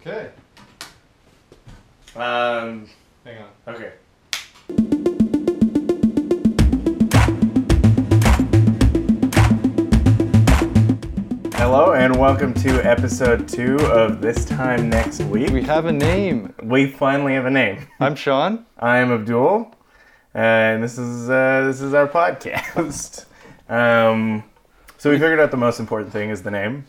Okay, Um, hang on. okay. Hello and welcome to episode two of This Time Next We Week. have a name. We finally have a name. I'm Sean. I am Abdul, and this is uh, this is our podcast. Um, so we figured out the most important thing is the name.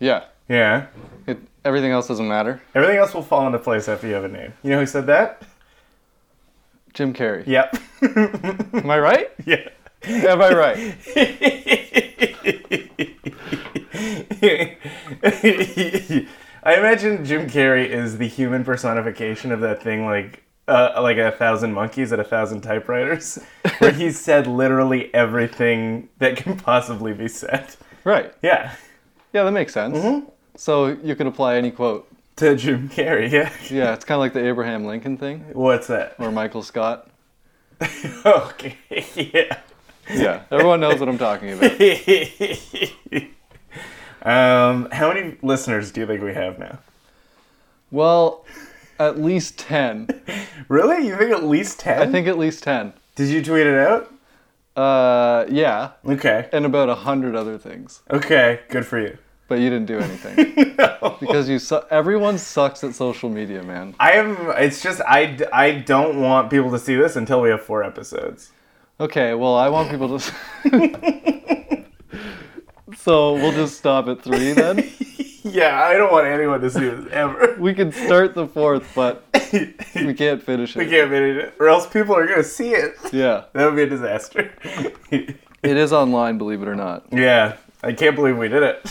Yeah. Yeah, It, everything else doesn't matter. everything else will fall into place after you have a name. You know who said that? Jim Carrey. Yep. Am I right? yeah. Am I right? I imagine Jim Carrey is the human personification of that thing, like uh, like a thousand monkeys at a thousand typewriters, where he said literally everything that can possibly be said. Right. Yeah, Yeah, that makes sense. So you can apply any quote. to Jim Carrey. Yeah, Yeah, it's kind of like the Abraham Lincoln thing what's that? or Michael Scott. Okay, yeah. Yeah, everyone knows what I'm talking about. um, how many listeners do you think we have now? Well, at least 10. Really? You think at least ten? I think at least 10. Did you tweet it out? Uh, yeah, Okay. and about 100 other things. Okay. Good for you. But you didn't do anything No. because you su- everyone sucks at social media, man. I am. It's just I. d- I don't want people to see this until we have four episodes. Okay, well, I want people to. so we'll just stop at three then. Yeah, I don't want anyone to see this ever. We can start the fourth, but we we can't finish it. can't edit it, or else people are gonna see it. Yeah, That would be a disaster. it is online, believe it or not. yeah, I can't believe we did it.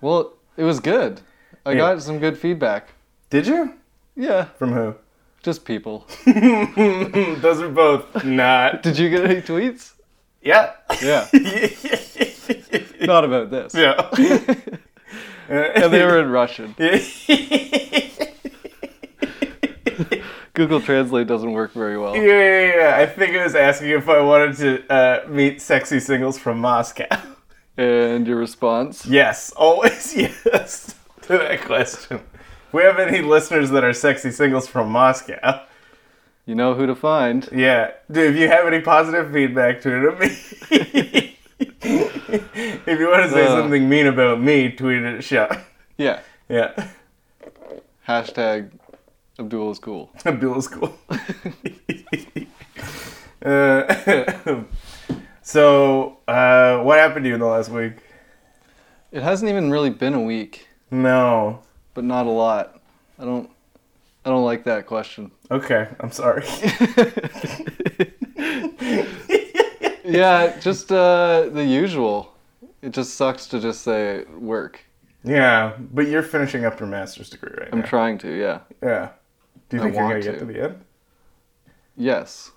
Well, it was good. I Yeah. got some good feedback. Did you? Yeah, From who? just people. Those are both not. Did you get any tweets? Yeah. Yeah, not about this. yeah. And they were in Russian. Google Translate doesn't work very well. Yeah, yeah, yeah. I think it was asking if I wanted to uh, meet sexy singles from Moscow. And your response? Yes, always yes to that question. If we have any listeners that are sexy singles from Moscow, You know who to find. yeah, dude, if you have any positive feedback, tweet it at me. if you want to say Uh. something mean about me, tweet it at Sean. Yeah. Yeah, Hashtag Abdul is cool. Abdul is cool. uh, so, uh, what happened to you in the last week? It hasn't even really been a week, No. but not a lot. I don't I don't like that question. Okay, I'm sorry. Yeah, just uh the usual. It just sucks to just say work. yeah, but you're finishing up your master's degree right I'm now. trying to, yeah. yeah. Do I you think you're gonna want get to. to the end? Yes.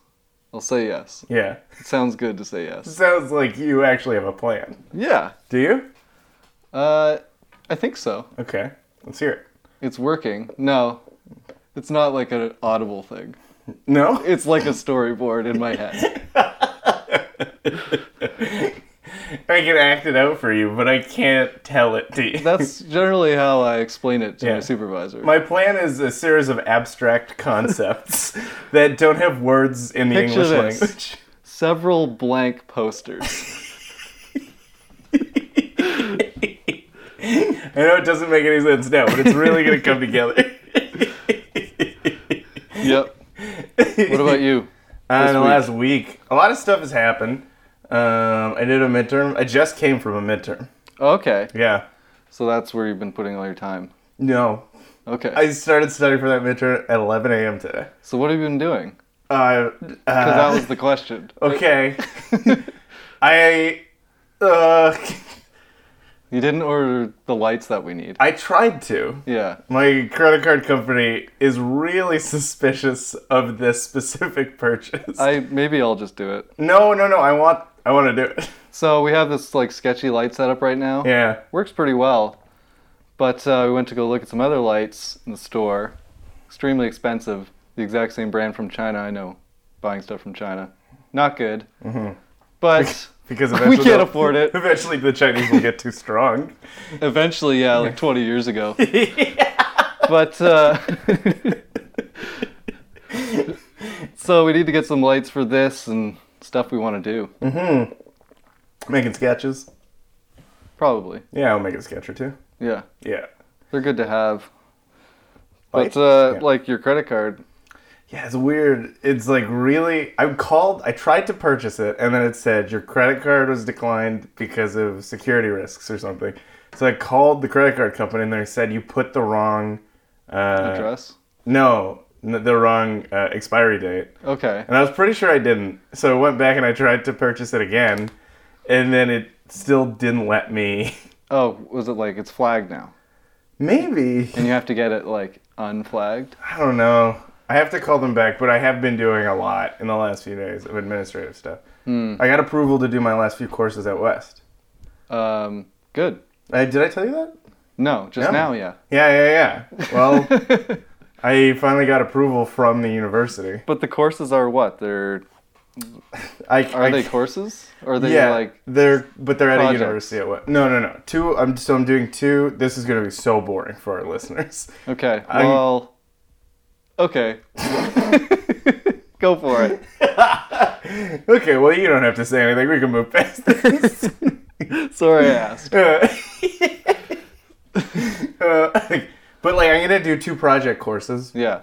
I'll say yes. Yeah. It sounds good to say yes. Sounds like you actually have a plan. Yeah. Do you? Uh I think so. Okay, let's hear it. It's working. No. It's not like an audible thing. No. It's like a storyboard in my head. I can act it out for you, but I can't tell it to you. That's generally how I explain it to Yeah. my supervisor. My plan is a series of abstract concepts that don't have words in the Picture English this. language. Several blank posters. I know it doesn't make any sense now, but it's really gonna come together. yep. What about you? Uh, in the week? last week, a lot of stuff has happened. Um, I did a midterm. I just came from a midterm. Okay. Yeah. So that's where you've been putting all your time. No. Okay. I started studying for that midterm at 11 a.m. today. so what have you been doing? Uh, uh, Because that was the question. okay. I uh, You didn't order the lights that we need. I tried to. Yeah. My credit card company is really suspicious of this specific purchase. I maybe I'll just do it. no, no, no. I want I want to do it. So we have this like sketchy light setup right now. Yeah. Works pretty well. But uh, we went to go look at some other lights in the store. Extremely expensive. The exact same brand from China. I know. Buying stuff from China. Not good. Mm-hmm. But Because We eventually can't they'll- afford it. Eventually, the Chinese will get too strong. eventually, yeah, like 20 years ago. but uh, so we need to get some lights for this and stuff we want to do. Making sketches. Probably, Yeah, I'll make a sketch or two. yeah. Yeah. They're good to have. Lights? But uh, Yeah. like your credit card, Yeah, it's weird. It's like really. I called. I tried to purchase it, and then it said your credit card was declined because of security risks or something. So I called the credit card company, and they said you put the wrong uh, address. No, n- the wrong uh, expiry date. Okay. And I was pretty sure I didn't. So I went back and I tried to purchase it again, and then it still didn't let me. Oh, was it like it's flagged now, Maybe and you have to get it like unflagged? I don't know. I have to call them back, but I have been doing a lot in the last few days of administrative stuff. Hmm. I got approval to do my last few courses at West. Um, good. Uh, did I tell you that? No, just now, No. yeah. Yeah, yeah, yeah. Well, I finally got approval from the university. But the courses are what? They're I, are I- they courses? Or are they yeah, like they're but they're at a projects? university at West. No, no, no. Two. I'm so I'm doing two. This is gonna be so boring for our listeners. okay? I'm- Well, okay. Go for it. Okay, well, you don't have to say anything. We can move past this. Sorry, I asked. Uh, uh, but, like, I'm going to do two project courses, Yeah.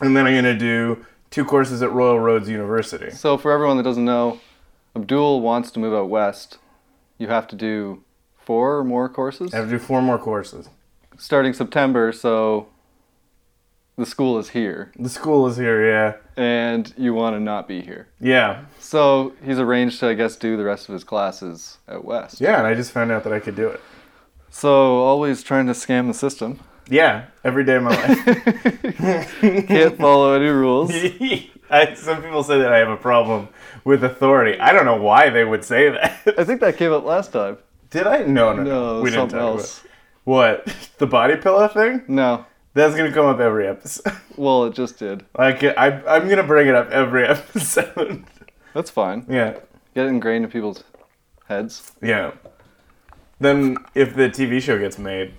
and then I'm going to do two courses at Royal Roads University. So for everyone that doesn't know, Abdul wants to move out west. You have to do four or more courses I have to do four more courses. starting September. So the school is here, The school is here, yeah. and you want to not be here. Yeah. So he's arranged to, I guess, do the rest of his classes at West. Yeah, and I just found out that I could do it. So always trying to scam the system. Yeah, every day of my life. Can't follow any rules. I, some people say that I have a problem with authority. I don't know why they would say that. I think that came up last time. Did I? No, no, no. No, We didn't something talk else. about it. What? The body pillow thing? No. That's gonna come up every episode. Well, it just did. Like I, I'm gonna bring it up every episode. That's fine. yeah, Get it ingrained in people's heads. yeah. Then if the TV show gets made,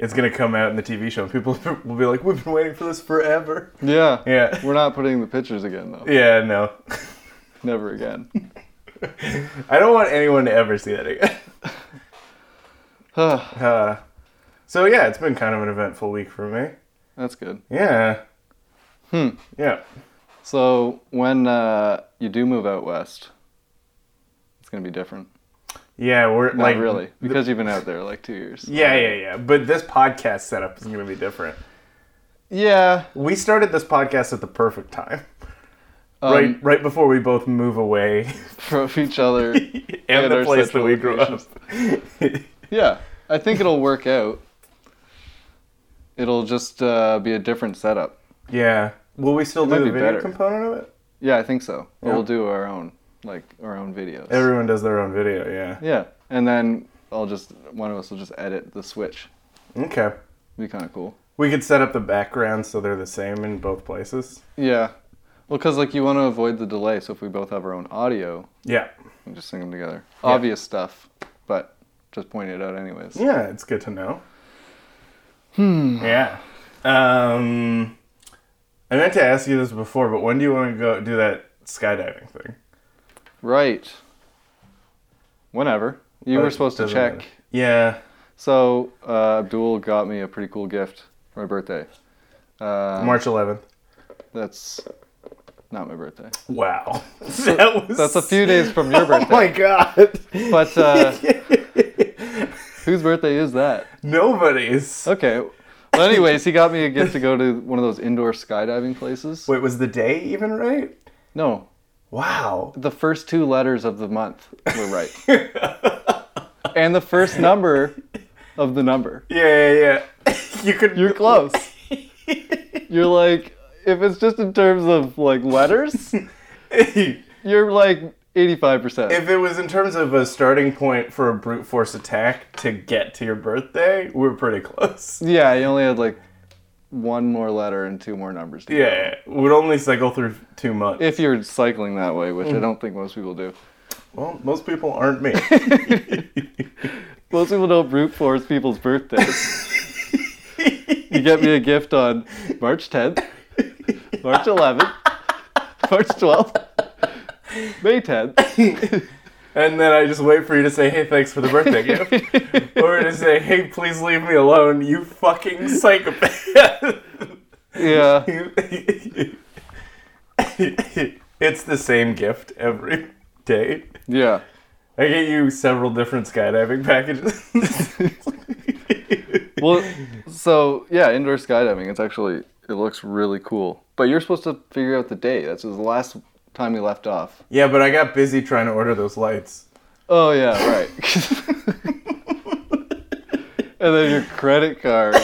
it's gonna come out in the TV show, and people will be like, "We've been waiting for this forever." Yeah. Yeah, We're not putting the pictures again, though. yeah. No, Never again. I don't want anyone to ever see that again. That's Uh, so yeah, it's been kind of an eventful week for me. good. Yeah. Hmm. Yeah. So when uh, you do move out west, it's gonna be different. Yeah, we're Not like really, because you've been out there like two years. Yeah, yeah, yeah. But this podcast setup is gonna be different. Yeah. We started this podcast at the perfect time. Um, right, right before we both move away From each other. and, And the our place that we grew up. yeah. I think it'll work out. It'll just uh, be a different setup. yeah. Will we still might do the be video better. component of it? Yeah, I think so. But Yeah. We'll do our own, like our own videos. Everyone does their own video, yeah. yeah, and then I'll just one of us will just edit the switch. Okay. Be kind of cool. We could set up the backgrounds so they're the same in both places. Yeah, well, because like you want to avoid the delay, so if we both have our own audio, Yeah. we can just sing them together. Obvious stuff, but just point it out anyways. Yeah, it's good to know. Hmm. Yeah. Um I meant to ask you this before, but when do you want to go do that skydiving thing? Right. Whenever you But were it supposed to doesn't check, matter. Yeah. so uh, Abdul got me a pretty cool gift for my birthday. Uh, March 11th. That's not my birthday. Wow. that was That's a few days from your Oh birthday. my god. But uh, whose birthday is that? Nobody's. Okay. Well, anyways, he got me a gift to go to one of those indoor skydiving places. Wait, was the day even right? No, Wow. the first two letters of the month were right, and the first number of the number. Yeah, yeah, yeah. you could. You're close. You're like, if it's just in terms of like letters, if you're like 85 percent. it was in terms of a starting point for a brute force attack to get to your birthday, we're pretty close. Yeah, you only had like one more letter and two more numbers. to go. Yeah, would only cycle through two months. If you're cycling that way, which I don't think most people do. well, most people aren't me. Most people don't brute force people's birthdays. to get me a gift on March 10th, March 11th, March 12th, May 10th. And then I just wait for you to say, hey, thanks for the birthday gift. or to say, hey, please leave me alone, you fucking psychopath. Yeah. it's the same gift every day. Yeah. I get you several different skydiving packages. Well, so yeah, indoor skydiving. It's actually it looks really cool. But you're supposed to figure out the date. That's the last time we left off. yeah, but I got busy trying to order those lights. Oh yeah, right. and then your credit card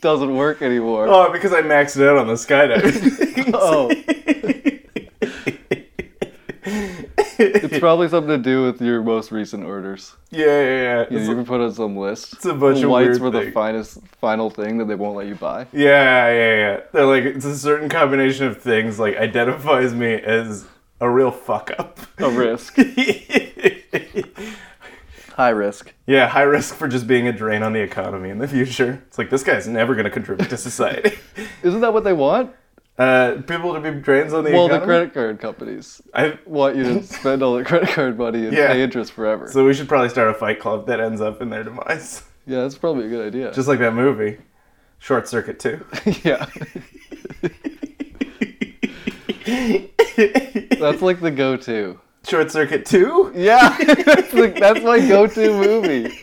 doesn't work anymore. Oh, because I maxed out on the skydiving. Oh. It's probably something to do with your most recent orders. yeah, yeah, yeah. You, know, It's- you can put on some list. It's a bunch of lights weird were the things. finest final thing that they won't let you buy. Yeah, yeah, yeah. They're like it's a certain combination of things like identifies me as a real fuck up. A risk, high risk. yeah, high risk for just being a drain on the economy in the future. It's like this guy's never going to contribute to society. Isn't that what they want? uh, people to be drains on the Well, the economy. credit card companies I, want you to spend all the credit card money and Yeah. pay interest forever. so we should probably start a fight club that ends up in their demise, yeah, that's probably a good idea. just like that movie, Short Circuit Two. yeah, that's like the go-to. Short Circuit Two. Yeah, that's, like, that's my go-to movie.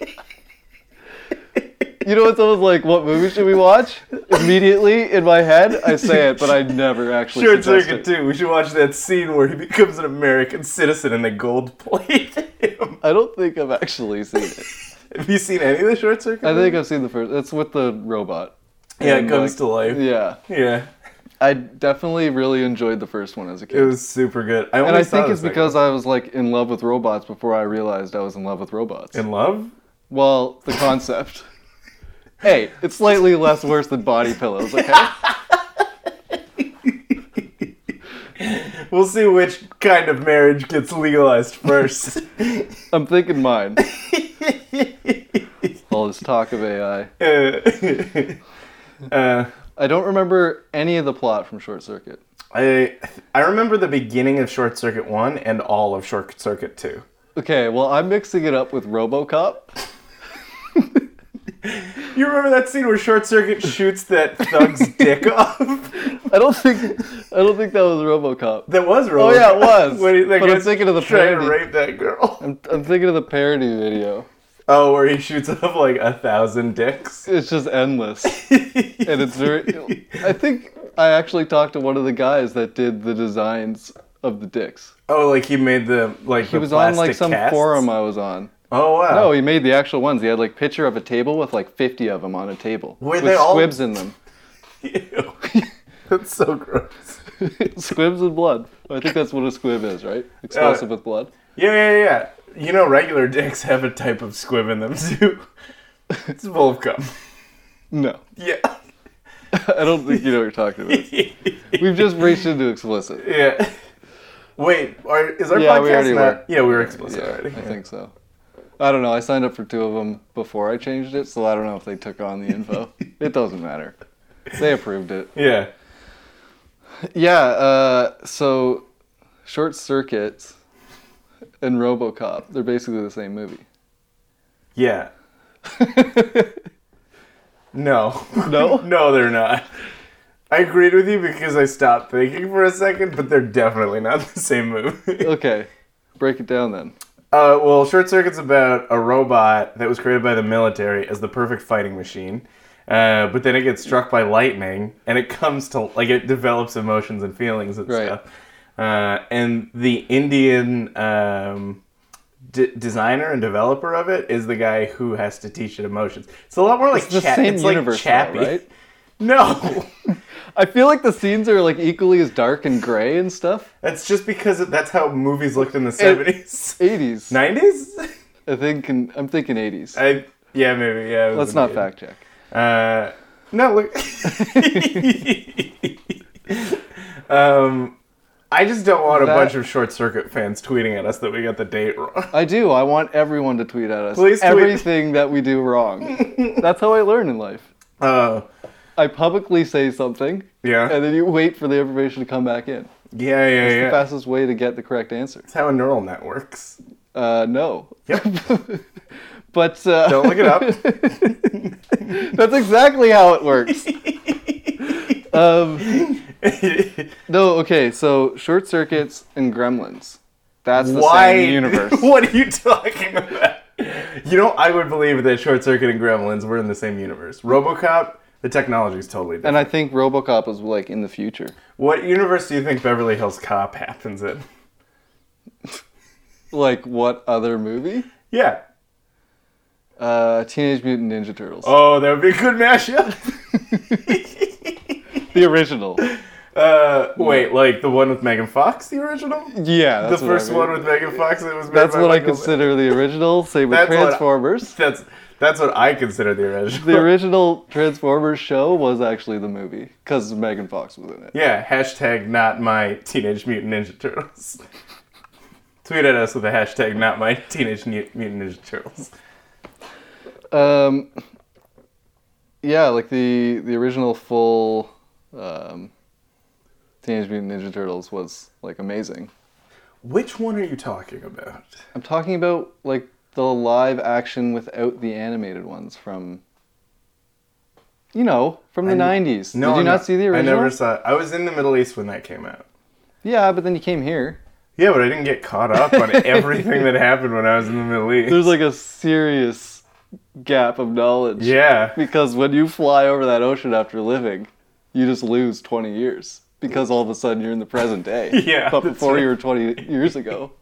You know, it's always like, what movie should we watch? Immediately in my head, I say it, but I never actually. Short suggest Circuit it. Two. We should watch that scene where he becomes an American citizen and they gold plate him. I don't think I've actually seen it. Have you seen any of the Short Circuit? I think movies? I've seen the first. It's with the robot. yeah, it and, comes like- to life. Yeah, Yeah, I definitely really enjoyed the first one as a kid. it was super good. I and only I saw think the it's second because I was like in love with robots before I realized I was in love with robots. one. in love. well, the concept. hey, it's slightly less worse than body pillows, okay? We'll see which kind of marriage gets legalized first. I'm thinking mine. All this talk of AI. uh, uh, I don't remember any of the plot from Short Circuit. I I remember the beginning of Short Circuit One and all of Short Circuit Two. Okay, well, I'm mixing it up with Robocop. You remember that scene where Short Circuit shoots that thug's dick off? I don't think I don't think that was Robocop. That was real. Oh, yeah, it was. when he, that But I'm guy's thinking of the trying to parody. rape that girl. I'm, I'm thinking of the parody video. Oh, where he shoots off like a thousand dicks. It's just endless. and and it's very. I think I actually talked to one of the guys that did the designs of the dicks. Oh, like he made the like He was on like some forum I was on. Oh wow. Oh, he made the actual ones. He had like picture of a table with like fifty of them on a table Were with they all- squibs in them, Ew. That's so gross. squibs and blood. I think that's what a squib is, right? Explosive with blood. Yeah, yeah, yeah. You know, regular dicks have a type of squib in them too. It's full of cum. No, Yeah. I don't think you know what you're talking about. We've just reached into explicit. yeah. Wait, are, is our Yeah, podcast we already not? were. Yeah, we were explicit Yeah, already. I think so. I don't know. I signed up for two of them before I changed it, so I don't know if they took on the info. it doesn't matter. They approved it. Yeah. Yeah, uh, so Short Circuit and RoboCop, they're basically the same movie. Yeah. No. No? no, they're not. I agreed with you because I stopped thinking for a second, but they're definitely not the same movie. Okay, break it down then. Uh, well, Short Circuit's about a robot that was created by the military as the perfect fighting machine, uh, but then it gets struck by lightning and it comes to like it develops emotions and feelings and Right. stuff. Uh, and the Indian um, d- designer and developer of it is the guy who has to teach it emotions. It's a lot more like It's the Cha- same it's universe, like though, Chappie. right? No, I feel like the scenes are like equally as dark and gray and stuff. that's just because that's how movies looked in the seventies, 80s. nineties. I think in, I'm thinking 80s. I yeah maybe yeah. it was Let's not in the- fact check. Uh, no, look. um, I just don't want a That- bunch of short circuit fans tweeting at us that we got the date wrong. I do. I want everyone to tweet at us Please tweet. everything that we do wrong. That's how I learn in life. Uh, I publicly say something, yeah. and then you wait for the information to come back in. Yeah, yeah, It's yeah. the fastest way to get the correct answer. That's how a neural net works. Uh, no. Yep. but uh, Don't look it up. That's exactly how it works. um, no, okay. So short circuits and gremlins. That's the same universe. what are you talking about? You know, I would believe that Short Circuit and Gremlins were in the same universe. RoboCop, the technology is totally different. and I think RoboCop was like in the future. what universe do you think Beverly Hills Cop happens in? Like what other movie? Yeah. Uh, Teenage Mutant Ninja Turtles. Oh, that would be a good mashup. The original. Uh, wait, like the one with Megan Fox, the original? Yeah, that's the what I first mean. one with Megan Fox that was made That's by what I Michael- consider the original. Same with That's what I- Transformers. That's that's what I consider the original. The original Transformers show was actually the movie because Megan Fox was in it. Yeah, hashtag not my Teenage Mutant Ninja Turtles. Tweet at us with the hashtag not my Teenage Nu- Mutant Ninja Turtles. Um, yeah, like the the original full um, Teenage Mutant Ninja Turtles was like amazing. Which one are you talking about? I'm talking about like the live action without the animated ones from, you know, from the I- '90s. Did you not see the original? I never saw it. I was in the Middle East when that came out. Yeah, but then you came here. Yeah, but I didn't get caught up on everything that happened when I was in the Middle East. There's like a serious gap of knowledge. yeah. Because when you fly over that ocean after living, you just lose 20 years because all of a sudden you're in the present day. Yeah, But that's before right. you were 20 years ago.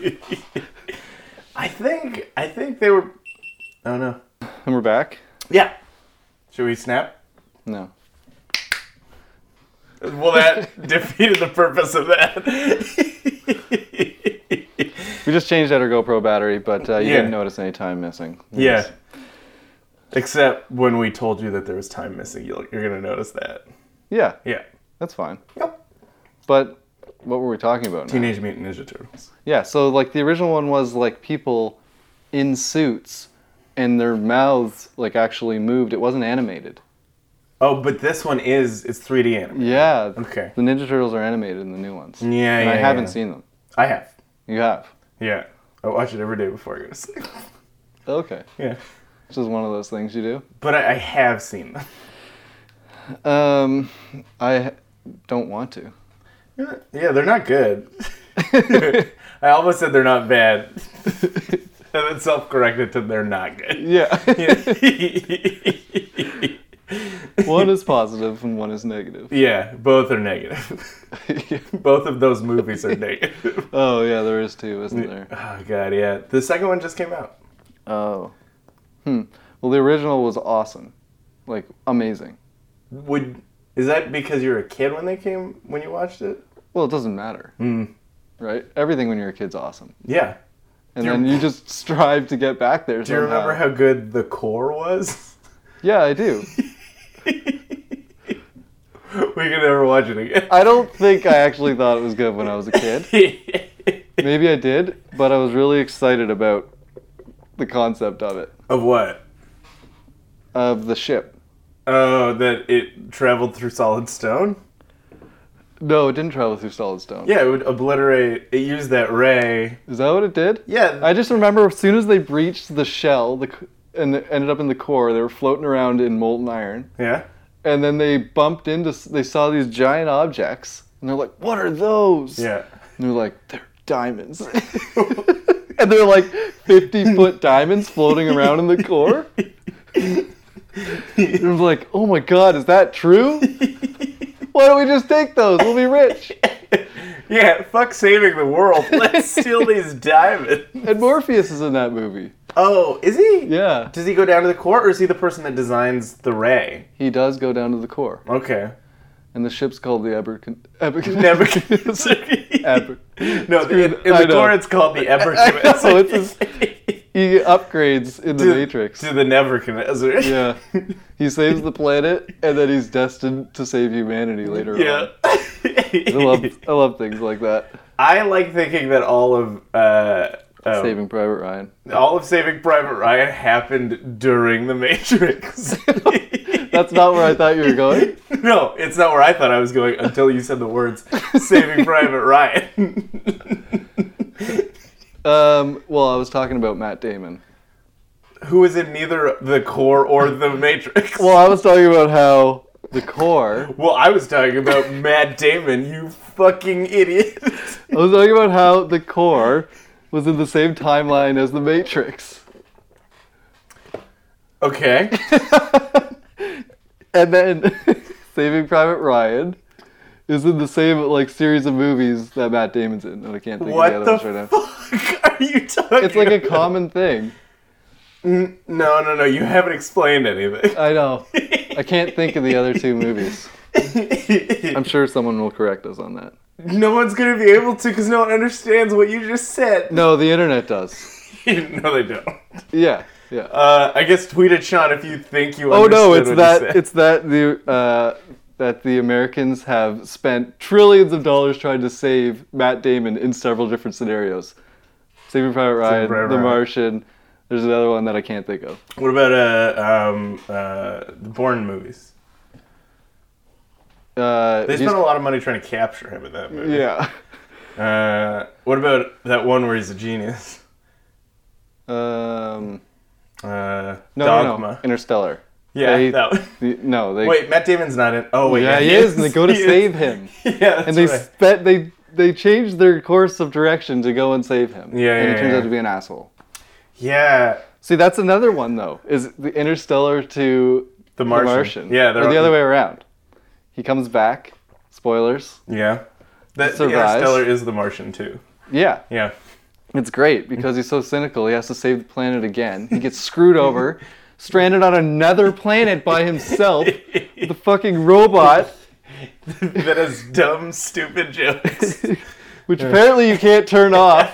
I think I think they were Oh no. And we're back? Yeah. Should we snap? No. Well, that defeated the purpose of that. We just changed out our GoPro battery, but uh, you Yeah. didn't notice any time missing. yeah. Except when we told you that there was time missing, you'll, you're going to notice that. Yeah, Yeah. that's fine. Yep. But what were we talking about now? Teenage Mutant Ninja Turtles. Yeah, so like the original one was like people in suits and their mouths like actually moved. It wasn't animated. Oh, but this one is it's 3D anime. Yeah. Okay. The Ninja Turtles are animated in the new ones. Yeah, And I yeah, haven't yeah. seen them. I have. You have. Yeah. I watch it every day before I go to sleep. Okay. Yeah. It's just one of those things you But I, I have seen them. do. Um, I don't want to. Yeah, they're not good. I almost said they're not bad. and then self corrected to they're not good. Yeah. one is positive and one is negative. Yeah, both are negative. both of those movies are negative. oh yeah, there is two, isn't there? Oh god, yeah. The second one just came out. Oh. Hmm. Well, the original was awesome, like amazing. Would is that because you were a kid when they came when you watched it? Well, it doesn't matter, Hmm. right? Everything when you're a kid's awesome, Yeah. and Do you- then you just strive to get back there. Do you remember how good the core was? Yeah, I do. we could never watch it again. I don't think I actually thought it was good when I was a kid. Maybe I did, but I was really excited about the concept of it, of what? of the ship. Oh, that it traveled through solid stone? No, it didn't travel through solid stone. Yeah, it would obliterate. It used that ray. Is that what it did? Yeah. I just remember as soon as they breached the shell the, c- and it ended up in the core, they were floating around in molten iron. yeah. And then they bumped into, s- they saw these giant objects. And they're like, what are those? Yeah. And they're like, they're diamonds. and they're like 50 foot diamonds floating around in the core. And I'm like, oh my god, is that true? Why don't we just take those? We'll be rich. Yeah, fuck saving the world. Let's steal these diamonds. And Morpheus is in that movie. Oh, is he? Yeah. Does he go down to the core, or is he the person that designs the ray? He does go down to the core. Okay. And the ship's called the Abercon. Abercon- Nebuchadnezzar. Aber- no, the, in, in I the know. core it's called the know, Eberconnezzer. it's his- he upgrades in the to, Matrix. To the Nebuchadnezzar. yeah. He saves the planet, and then he's destined to save humanity later Yeah. on. I love, I love things like that. I like thinking that all of uh, Oh. Saving Private Ryan. All of Saving Private Ryan happened during The Matrix. That's not where I thought you were going. No, it's not where I thought I was going until you said the words Saving Private Ryan. Um, well, I was talking about Matt Damon. Who is in neither the core or the Matrix? Well, I was talking about how the core. Well, I was talking about Matt Damon, you fucking idiot. I was talking about how the core was in the same timeline as the Matrix, Okay. and then Saving Private Ryan is in the same like series of movies that Matt Damon's in, and I can't think What of the others right now. fuck are you talking It's like a about? common thing. N- No, no, no, you haven't explained anything. I know. I can't think of the other two movies. I'm sure someone will correct us on that. no one's gonna be able to because no one understands what you just said. No, the internet does. no, they don't. Yeah, yeah. Uh, I guess tweet at Sean if you think you. Oh no, understood it's what he that said. it's that the uh, that the Americans have spent trillions of dollars trying to save Matt Damon in several different scenarios. Saving Private Ryan, Private The Ryan. Martian. There's another one that I can't think of. What about uh um uh the Bourne movies? Uh, They he's- spent a lot of money trying to capture him in that movie. yeah. Mm. Uh, what about that one where he's a genius? Um, Uh, no, no, Dogma. no, Interstellar. Yeah, They- that one. The- no, they. Wait, Matt Damon's not in. Oh wait, yeah, he is, and they go to He is. save him, Yeah, that's and they right. spent they they changed their course of direction to go and save him. Yeah, and yeah, he turns yeah. out to be an asshole. Yeah, See, that's another one though. Is the Interstellar to the Martian. The Martian. Yeah, they're or the all- other way around. He comes back. Spoilers. Yeah, that the Survives. Interstellar is the Martian too. Yeah, Yeah, it's great because he's so cynical. He has to save the planet again. He gets screwed over, stranded on another planet by himself. with The fucking robot, that is dumb, stupid jokes. which apparently you can't turn off.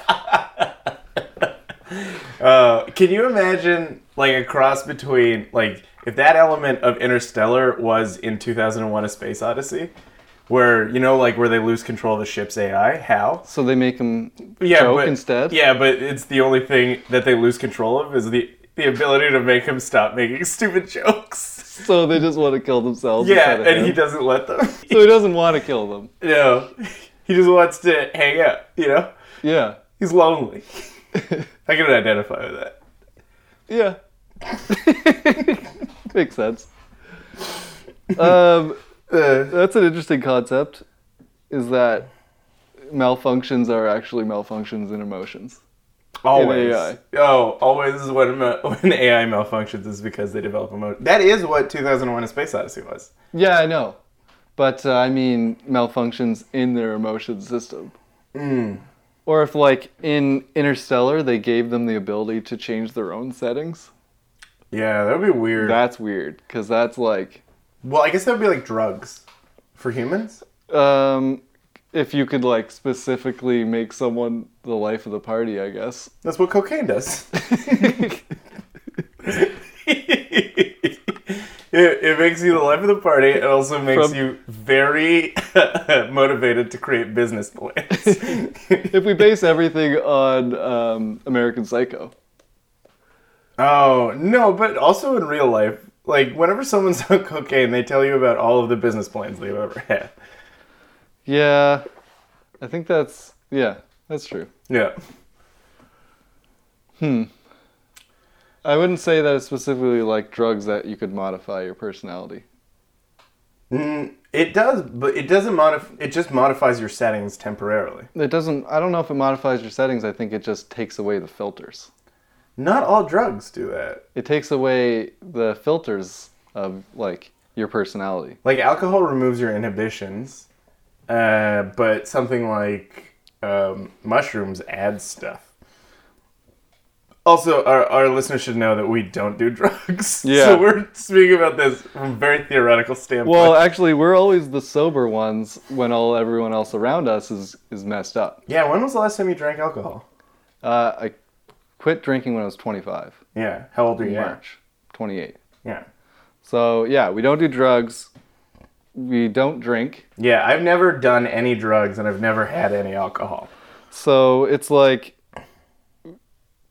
Uh, can you imagine like a cross between like if that element of Interstellar was in 2001: A Space Odyssey, where you know like where they lose control of the ship's AI? How? So they make him Yeah, joke but, instead. Yeah, but it's the only thing that they lose control of is the the ability to make him stop making stupid jokes. So they just want to kill themselves. Yeah, instead of and he him. doesn't let them. So he doesn't want to kill them. no, he just wants to hang out. You know, Yeah. he's lonely. I can identify with that. Yeah. Makes sense. Um, Uh, that's an interesting concept, is that malfunctions are actually malfunctions in emotions. Always. AI. Oh, always is when, ma- when AI malfunctions is because they develop emotion. That is what 2001 A Space Odyssey was. Yeah, I know. But uh, I mean malfunctions in their emotion system. Or if, like, in Interstellar, they gave them the ability to change their own settings. Yeah, that would be weird. That's weird, because that's like. well, I guess that would be like drugs for humans. Um, if you could, like, specifically make someone the life of the party, I guess. That's what cocaine does. it it, it makes you the life of the party. It also makes From- you very motivated to create business plans. if we base everything on um, American Psycho. oh, no, but also in real life, like whenever someone's on cocaine, they tell you about all of the business plans they've ever had. Yeah, I think that's yeah, that's true. Yeah. I wouldn't say that it's specifically like drugs that you could modify your personality. Mm, it does, but it doesn't modify. It just modifies your settings temporarily. It doesn't. I don't know if it modifies your settings. I think it just takes away the filters. Not all drugs do that. It takes away the filters of like your personality. Like alcohol removes your inhibitions, uh, but something like um, mushrooms adds stuff. Also, our, our listeners should know that we don't do drugs. Yeah. So we're speaking about this from a very theoretical standpoint. Well, actually, we're always the sober ones when all everyone else around us is is messed up. yeah, when was the last time you drank alcohol? Uh, I quit drinking when I was 25. Yeah. How old were you? March 28. Yeah. So yeah, we don't do drugs. We don't drink. Yeah, I've never done any drugs and I've never had any alcohol. So it's like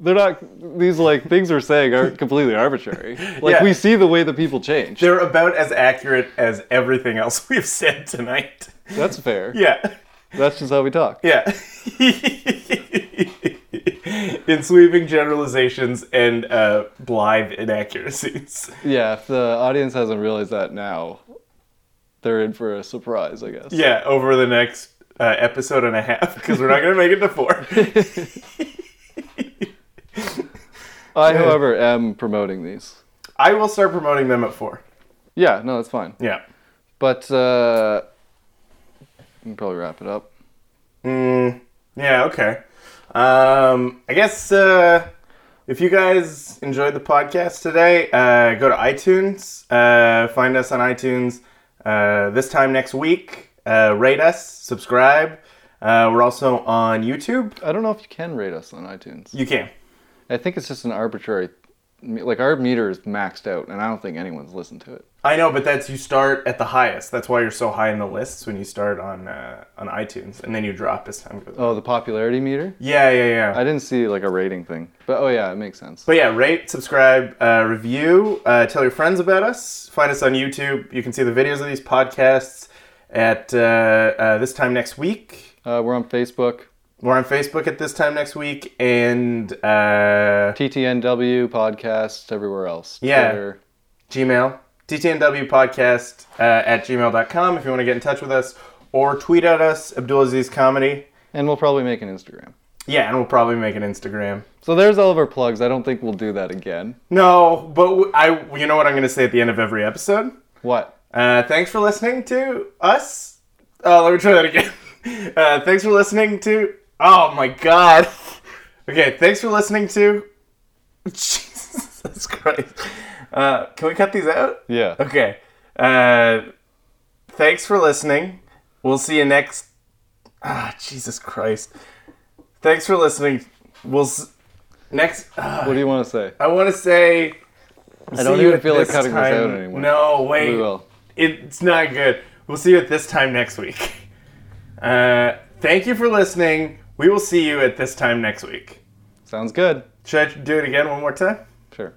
they're not these like things we're saying are completely arbitrary. Like Yeah. we see the way that people change. They're about as accurate as everything else we've said tonight. That's fair. Yeah. That's just how we talk. Yeah. In sweeping generalizations and uh, blithe inaccuracies. Yeah, if the audience hasn't realized that now, they're in for a surprise, I guess. Yeah, over the next uh, episode and a half, because we're not going to make it to four. I, however, am promoting these. I will start promoting them at four. Yeah, no, that's fine. Yeah. But uh, we can probably wrap it up. Mm, yeah, okay. Um, I guess uh, if you guys enjoyed the podcast today, uh, go to iTunes. Uh, find us on iTunes uh, this time next week. Uh, rate us, subscribe. Uh, we're also on YouTube. I don't know if you can rate us on iTunes. You can. I think it's just an arbitrary, like our meter is maxed out, and I don't think anyone's listened to it. I know, but that's you start at the highest. That's why you're so high in the lists when you start on uh, on iTunes, and then you drop as time goes. on. Oh, the popularity meter? Yeah, yeah, yeah. I didn't see like a rating thing, but oh yeah, it makes sense. But yeah, rate, subscribe, uh, review, uh, tell your friends about us. Find us on YouTube. You can see the videos of these podcasts at uh, uh, this time next week. Uh, we're on Facebook, We're on Facebook at this time next week, and uh, TTNW podcast, everywhere else. Yeah. Gmail, DTNW podcast uh, at gmail.com if you want to get in touch with us, or tweet at us, Abdulaziz Comedy. and we'll probably make an Instagram. Yeah, and we'll probably make an Instagram. So there's all of our plugs. I don't think we'll do that again. No, but w- I, you know what I'm going to say at the end of every episode? What? Uh, thanks for listening to us. Uh, let me try that again. Uh, thanks for listening to. Oh my god. Okay, thanks for listening to. Jesus Christ. Uh, can we cut these out? Yeah. Okay. Uh, thanks for listening. We'll see you next. Ah, Jesus Christ. Thanks for listening. We'll s- next. What ah, do you want to say? I want to say. I don't even feel like cutting this out anymore. No, wait We will. it's not good. We'll see you at this time next week. Uh, thank you for listening. We will see you at this time next week. Sounds good. Should I do it again one more time? Sure.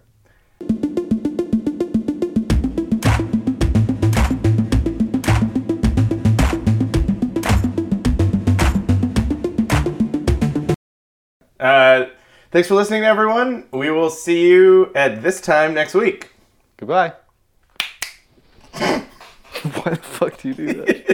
Uh, thanks for listening, everyone. We will see you at this time next week. Goodbye. Why the fuck do you do that?